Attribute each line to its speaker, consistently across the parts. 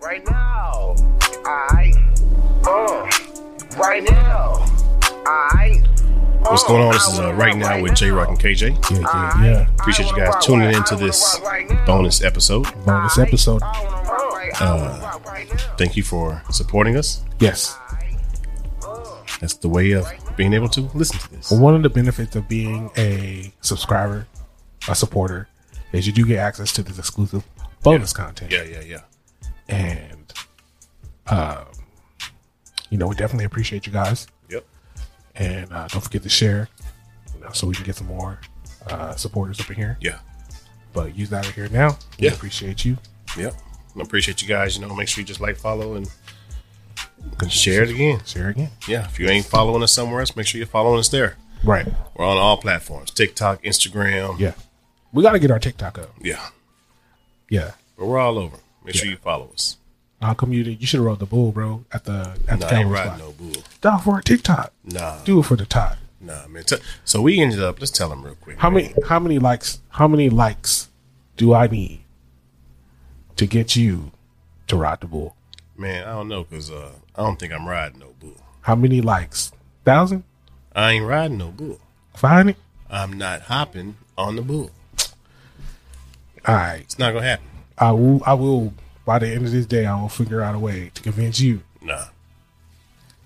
Speaker 1: Right now, I, uh, right now, I.
Speaker 2: What's going on? This is uh, right now with J Rock and KJ.
Speaker 3: Yeah, yeah, yeah.
Speaker 2: Appreciate you guys tuning into this bonus episode.
Speaker 3: Bonus episode.
Speaker 1: Uh,
Speaker 2: Thank you for supporting us.
Speaker 3: Yes.
Speaker 2: That's the way of being able to listen to this.
Speaker 3: One of the benefits of being a subscriber, a supporter, is you do get access to this exclusive bonus content.
Speaker 2: Yeah, yeah, yeah.
Speaker 3: And, um, you know, we definitely appreciate you guys.
Speaker 2: Yep.
Speaker 3: And uh, don't forget to share you know, so we can get some more uh, supporters up in here.
Speaker 2: Yeah.
Speaker 3: But you out of here now. We
Speaker 2: Yeah.
Speaker 3: appreciate you.
Speaker 2: Yep. I appreciate you guys. You know, make sure you just like, follow, and share it again.
Speaker 3: Share again.
Speaker 2: Yeah. If you ain't following us somewhere else, make sure you're following us there.
Speaker 3: Right.
Speaker 2: We're on all platforms TikTok, Instagram.
Speaker 3: Yeah. We got to get our TikTok up.
Speaker 2: Yeah.
Speaker 3: Yeah.
Speaker 2: But we're all over. Make sure you follow us.
Speaker 3: I'll come you. to- You should have rolled the bull, bro, at the at
Speaker 2: Nah,
Speaker 3: the
Speaker 2: I ain't
Speaker 3: camera
Speaker 2: riding
Speaker 3: spot.
Speaker 2: no bull.
Speaker 3: Dog for a TikTok.
Speaker 2: Nah,
Speaker 3: Do it for the top.
Speaker 2: nah, man. T- so we ended up. Let's tell them real quick.
Speaker 3: How
Speaker 2: man.
Speaker 3: many how many likes how many likes do I need to get you to ride the bull?
Speaker 2: Man, I don't know because uh, I don't think I'm riding no bull.
Speaker 3: How many likes? Thousand?
Speaker 2: I ain't riding no bull.
Speaker 3: Find it?
Speaker 2: I'm not hopping on the bull.
Speaker 3: All right.
Speaker 2: It's not gonna happen.
Speaker 3: I will I will by the end of this day I will figure out a way to convince you
Speaker 2: Nah.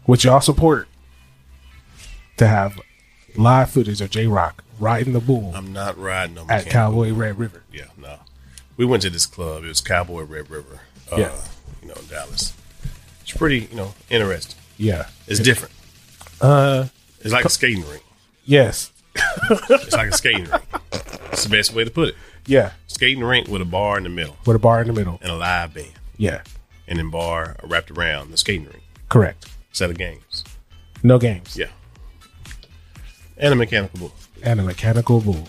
Speaker 3: with y'all support to have live footage of J Rock riding the bull
Speaker 2: I'm not riding no
Speaker 3: at
Speaker 2: mechanical.
Speaker 3: Cowboy Red River.
Speaker 2: Yeah, no. We went to this club. It was Cowboy Red River. Uh,
Speaker 3: Yeah.
Speaker 2: You know, in Dallas. It's pretty, you know, interesting.
Speaker 3: Yeah.
Speaker 2: It's different. Uh, it's like a skating rink.
Speaker 3: Yes.
Speaker 2: It's like a skating rink. It's the best way to put it.
Speaker 3: Yeah.
Speaker 2: Skating rink with a bar in the middle
Speaker 3: With a bar in the middle.
Speaker 2: and a live band,
Speaker 3: Yeah.
Speaker 2: and then bar wrapped around the skating rink.
Speaker 3: Correct.
Speaker 2: Set of games.
Speaker 3: No games.
Speaker 2: Yeah. And a mechanical bull.
Speaker 3: And a mechanical bull.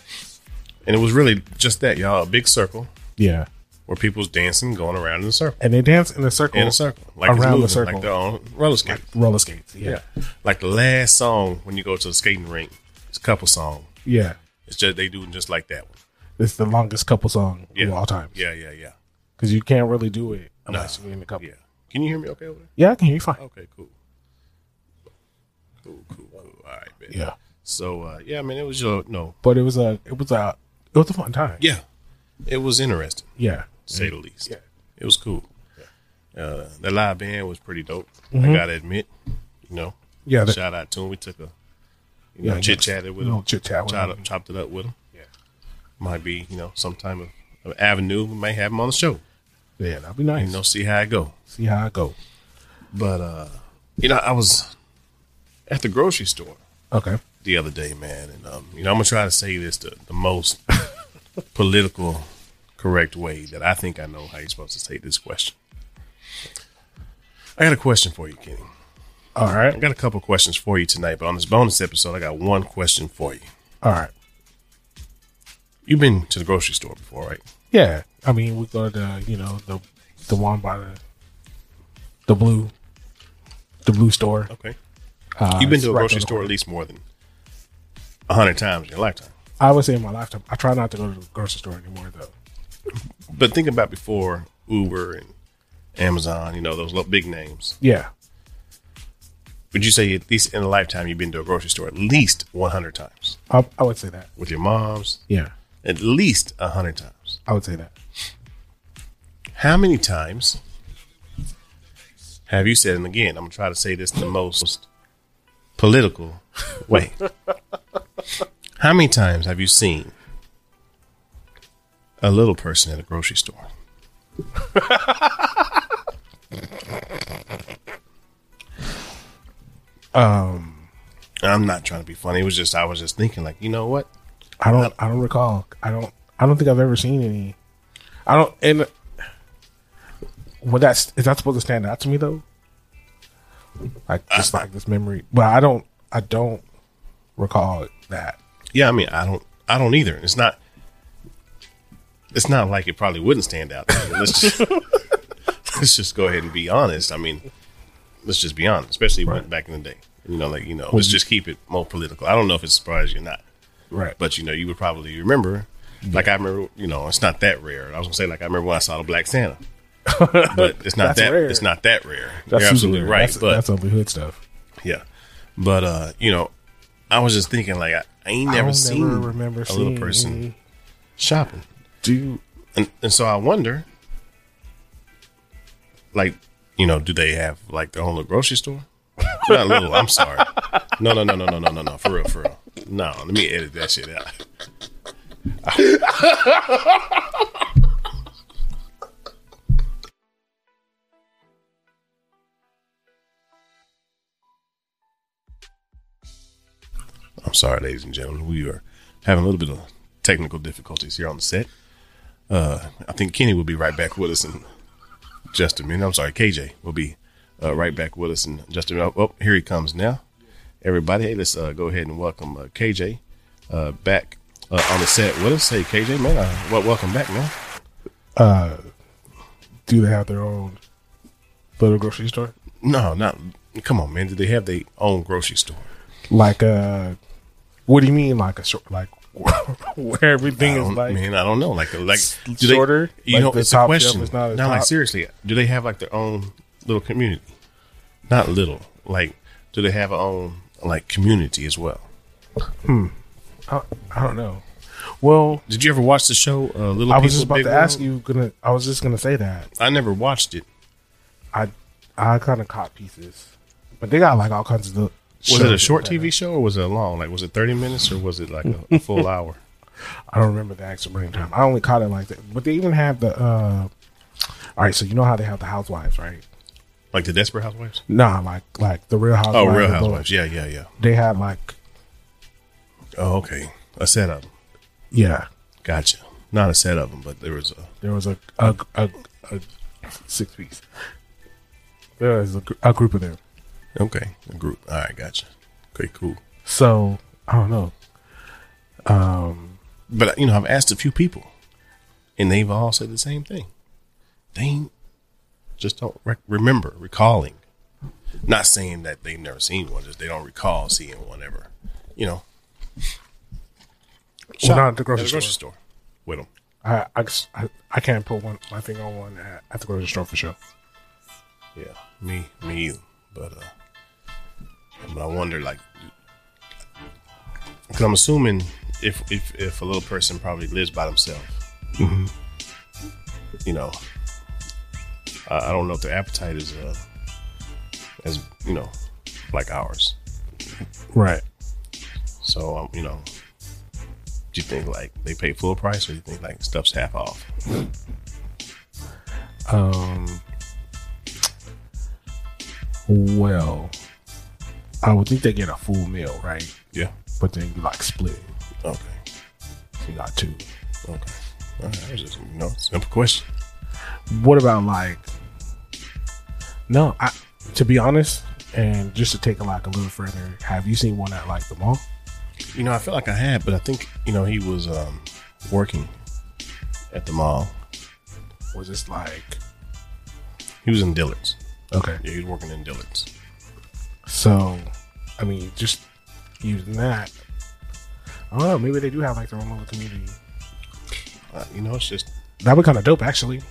Speaker 2: And it was really just that, y'all. A big circle
Speaker 3: Yeah.
Speaker 2: where people's dancing, going around in a circle.
Speaker 3: and they dance in a circle
Speaker 2: In a circle. Like it's
Speaker 3: Around the
Speaker 2: moving,
Speaker 3: circle.
Speaker 2: Like they're on roller skates.
Speaker 3: roller skates. Yeah,
Speaker 2: Yeah. Like the last song when you go to the skating rink, it's a couple song.
Speaker 3: yeah.
Speaker 2: It's just they do just like that one.
Speaker 3: It's the longest couple song
Speaker 2: Yeah.
Speaker 3: of all time
Speaker 2: Yeah, yeah, yeah.
Speaker 3: because you can't really do it unless you're in a couple.
Speaker 2: Yeah. Can you hear me okay over there?
Speaker 3: Yeah, I can hear you fine.
Speaker 2: Okay, cool. Cool, cool, cool. All right, man.
Speaker 3: Yeah,
Speaker 2: So uh yeah, I mean it was your no.
Speaker 3: but it was a it was a it was a fun time.
Speaker 2: Yeah. It was interesting,
Speaker 3: yeah,
Speaker 2: to say the least.
Speaker 3: Yeah.
Speaker 2: Mm-hmm. It was cool. Uh the live band was pretty dope. I gotta admit. You know.
Speaker 3: Mm-hmm. Yeah, the-
Speaker 2: Shout out to him. We took a you
Speaker 3: Yeah,
Speaker 2: know,
Speaker 3: yeah.
Speaker 2: chit chatted with
Speaker 3: You know,
Speaker 2: him.
Speaker 3: chit-chat with
Speaker 2: chopped,
Speaker 3: him.
Speaker 2: Up, chopped it up with him.
Speaker 3: Yeah.
Speaker 2: Might be, you know, some type of, of avenue. We might have him on the show.
Speaker 3: yeah, that'd be nice.
Speaker 2: You know, see how it go.
Speaker 3: See how I go.
Speaker 2: But uh you know, I was at the grocery store
Speaker 3: Okay,
Speaker 2: the other day, man, and um, you know, I'm gonna try to say this the, the most political correct way that I think I know how you're supposed to say this question. I got a question for you, Kenny.
Speaker 3: all
Speaker 2: I
Speaker 3: right,
Speaker 2: got a couple questions for you tonight, but on this bonus episode, I got one question for you.
Speaker 3: all right.
Speaker 2: You've been to the grocery store before, right?
Speaker 3: Yeah, I mean we go to the, you know the the one by the the blue the blue store.
Speaker 2: Okay.
Speaker 3: Uh,
Speaker 2: You've been
Speaker 3: it's
Speaker 2: to a
Speaker 3: right
Speaker 2: grocery
Speaker 3: down the
Speaker 2: store
Speaker 3: corner.
Speaker 2: at least more than a hundred times in your lifetime.
Speaker 3: I would say in my lifetime, I try not to go to the grocery store anymore though.
Speaker 2: But think about before Uber and Amazon, you know, those little big names.
Speaker 3: Yeah,
Speaker 2: Would you say at least in a lifetime you've been to a grocery store at least 100 times?
Speaker 3: I, I would say that.
Speaker 2: With your moms,
Speaker 3: Yeah,
Speaker 2: at least 100 times.
Speaker 3: I would say that.
Speaker 2: How many times have you said, and again, I'm going to try to say this the most political way. How many times have you seen a little person at a grocery store? um, I'm not trying to be funny. It was just, I was just thinking, like, you know what?
Speaker 3: I don't. I don't recall. I don't. I don't think I've ever seen any. I don't. And well, that's is that supposed to stand out to me though? Like just like this memory, but I don't. I don't recall that.
Speaker 2: Yeah, I mean, I don't, I don't either. It's not, it's not like it probably wouldn't stand out. I mean, let's just, let's just go ahead and be honest. I mean, let's just be honest, especially when- back in the day. You know, like you know, let's just keep it more political. I don't know if it surprised you or not,
Speaker 3: Right. But
Speaker 2: but you know, you would probably remember. Like I remember, you know, it's not that rare. I was gonna say, like I remember when I saw the Black Santa. but it's not
Speaker 3: That's
Speaker 2: that
Speaker 3: rare.
Speaker 2: it's not that rare.
Speaker 3: That's
Speaker 2: You're
Speaker 3: super
Speaker 2: absolutely
Speaker 3: rare.
Speaker 2: right.
Speaker 3: That's,
Speaker 2: but
Speaker 3: that's only hood stuff.
Speaker 2: yeah, but uh, you know, I was just thinking like I, I ain't
Speaker 3: I
Speaker 2: never
Speaker 3: don't
Speaker 2: seen
Speaker 3: never remember
Speaker 2: a
Speaker 3: seeing
Speaker 2: little person
Speaker 3: any.
Speaker 2: shopping,
Speaker 3: Do you,
Speaker 2: and, and so I wonder, like, you know, do they have like their own little grocery store? not little. I'm sorry. No, no, no, no, no, no, no, no. For real, for real. No, let me edit that shit out. I'm sorry, ladies and gentlemen. We are having a little bit of technical difficulties here on the set. Uh, I think Kenny will be right back with us in just a minute. I'm sorry, KJ will be uh, right back with us in just a minute. Oh, here he comes now. Everybody, hey, let's uh, go ahead and welcome uh, KJ uh, back uh, on the set with us. Hey, KJ, man, uh, well, welcome back, man.
Speaker 3: do they have their own little grocery store?
Speaker 2: No, not come on, man. Do they have their own grocery store?
Speaker 3: Like, uh, what do you mean? Like a short, like where everything
Speaker 2: I
Speaker 3: is
Speaker 2: don't,
Speaker 3: like
Speaker 2: man, I don't know. Like, like do they-
Speaker 3: shorter?
Speaker 2: you
Speaker 3: Like
Speaker 2: know,
Speaker 3: the
Speaker 2: it's a
Speaker 3: top
Speaker 2: question.
Speaker 3: shelf is not as
Speaker 2: no, like
Speaker 3: top?
Speaker 2: seriously, do they have like their own little community? Not little. Like, do they have a own like community as well?
Speaker 3: I, I don't know. Well,
Speaker 2: Did you ever watch the show? Uh, little
Speaker 3: I was
Speaker 2: People,
Speaker 3: just about to
Speaker 2: Big
Speaker 3: ask
Speaker 2: World?
Speaker 3: you. Gonna, I was just gonna say that.
Speaker 2: I never watched it.
Speaker 3: I, I kind of caught pieces, but they got like all kinds of. the
Speaker 2: Was it a
Speaker 3: shows
Speaker 2: short
Speaker 3: that they
Speaker 2: TV show or was it long? Like, was it thirty minutes or was it like a, a full hour?
Speaker 3: I don't remember the actual running time. I only caught it like that. But they even have the. uh All right, so you know how they have the housewives, right?
Speaker 2: Like the Desperate Housewives?
Speaker 3: Nah, like like the Real Housewives.
Speaker 2: Oh, Real
Speaker 3: of
Speaker 2: Housewives.
Speaker 3: Orange.
Speaker 2: Yeah, yeah, yeah.
Speaker 3: They had like
Speaker 2: Oh, okay. A set of them.
Speaker 3: yeah.
Speaker 2: Gotcha. Not a set of them, but there was a.
Speaker 3: There was a a, a, a six piece. There was a, gr- a group of them.
Speaker 2: Okay, a group. All right, gotcha. Okay, cool.
Speaker 3: So I don't know.
Speaker 2: But uh, you know, I've asked a few people, and they've all said the same thing. They ain't- just don't rec- remember recalling. Not saying that they've never seen one, just they don't recall seeing one ever. You know,
Speaker 3: Well, not at the
Speaker 2: At
Speaker 3: grocery store.
Speaker 2: store with them.
Speaker 3: I, I, just- I, I can't put one my finger on one at, at the grocery store for sure.
Speaker 2: Yeah, me, me either. But uh, but I wonder, like, because I'm assuming if if if a little person probably lives by themselves,
Speaker 3: Mm-hmm.
Speaker 2: you know, I, I don't know if their appetite is uh as you know like ours.
Speaker 3: Right.
Speaker 2: So um, you know, do you think like they pay full price, or do you think like stuff's half off?
Speaker 3: Um. Well, I would think they get a full meal, right?
Speaker 2: Yeah.
Speaker 3: But then you like split. it.
Speaker 2: Okay.
Speaker 3: You got two.
Speaker 2: Okay. All right. That was just you know simple question.
Speaker 3: What about like? No, I. To be honest, and just to take it like a little further, have you seen one at like the mall?
Speaker 2: You know, I feel like I had, but I think you know he was um, working at the mall.
Speaker 3: Was just like
Speaker 2: He was in Dillard's.
Speaker 3: okay?
Speaker 2: Yeah, he was working in Dillard's.
Speaker 3: So, I mean, just using that. I don't know. Maybe they do have like their own little community.
Speaker 2: Uh, you know, it's just
Speaker 3: That would kind of dope, actually.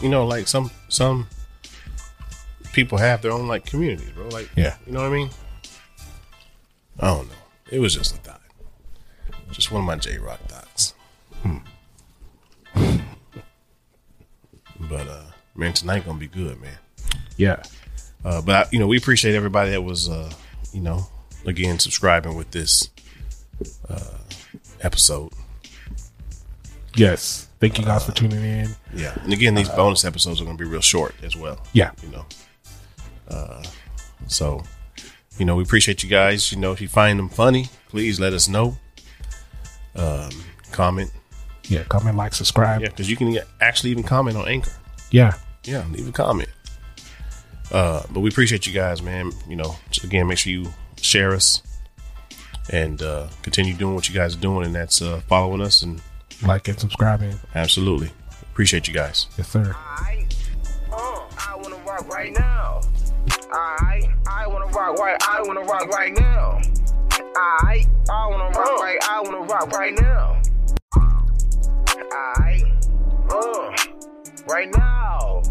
Speaker 2: you know, like some some people have their own like communities, bro. Like,
Speaker 3: Yeah.
Speaker 2: you know what I mean? I don't know. It was just a thought, just one of my J Rock thoughts. Hmm. but uh, man, tonight gonna be good, man.
Speaker 3: Yeah.
Speaker 2: Uh, but I, you know, we appreciate everybody that was, uh, you know, again subscribing with this uh, episode.
Speaker 3: Yes. Thank you guys for tuning in.
Speaker 2: Yeah, and again, these bonus episodes are going to be real short as well.
Speaker 3: Yeah.
Speaker 2: you know. Uh, so, you know, we appreciate you guys. You know, if you find them funny, please let us know. Um, comment,
Speaker 3: Yeah. Comment, like, subscribe.
Speaker 2: yeah,
Speaker 3: Yeah.
Speaker 2: because you can actually even comment on Anchor. Yeah, leave a comment. Uh, but we appreciate you guys, man. You know, just again, make sure you share us and uh, continue doing what you guys are doing, and that's uh, following us. And
Speaker 3: Like and subscribing.
Speaker 2: absolutely appreciate you guys.
Speaker 3: Yes, sir.
Speaker 1: I, uh, I wanna rock right now. I, I wanna rock right. I wanna rock right now. I, I wanna rock right. I wanna rock right now. I, uh, Uh, right now.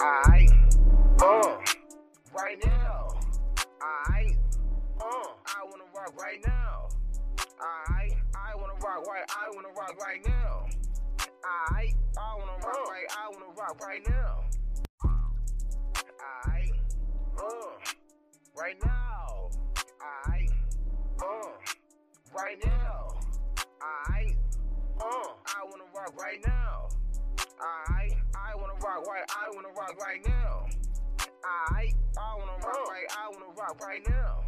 Speaker 1: I. Uh, right now. I. Uh, I wanna rock right now. I. I wanna rock right. I wanna rock right now. I. I wanna rock right. I wanna rock right now. I. Uh, right now. I. Uh, right now. I. Uh, I wanna rock right now. I. I wanna rock right. I wanna rock right now. I. I wanna rock right. I wanna rock right now.